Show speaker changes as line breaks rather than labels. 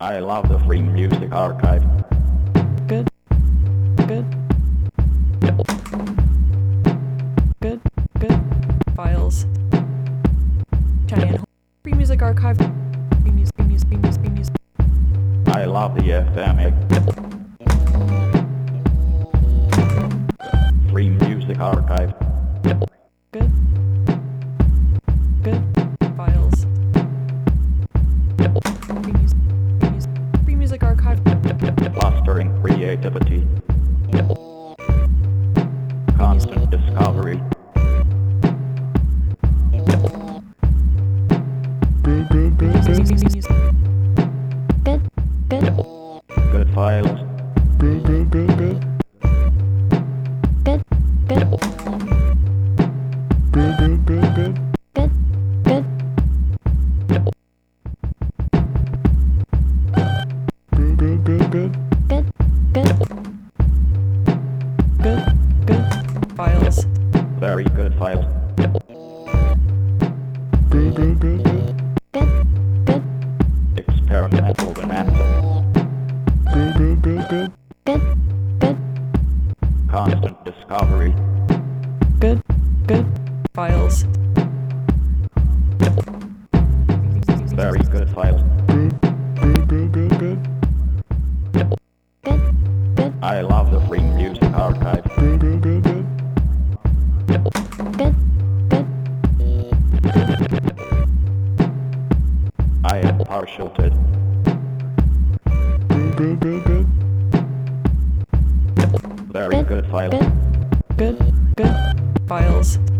I love the Free Music Archive.
Good. Good. Good. Good. Files. Cheyenne. Free Music Archive. Free music. Free music. Free music. Free music.
I love the FM. Free Music Archive.
Good. Good. Files. Free music. Free music. Free music Archive.
Fostering creativity. Constant discovery.
Music. Music. Music. music.
Good. Good.
Good files.
Good. Good. Good. Good. Good. Good.
Good. Good. Files.
Very good files.
Good. Good.
Experimental bonanza.
Good. Good.
Constant discovery.
Good. Good. Files.
Very good files.
Good. Good.
I love the Free Music Archive.
Good. Good.
I am partial to very
Good.
good files.
Good.
Good. Good. Files.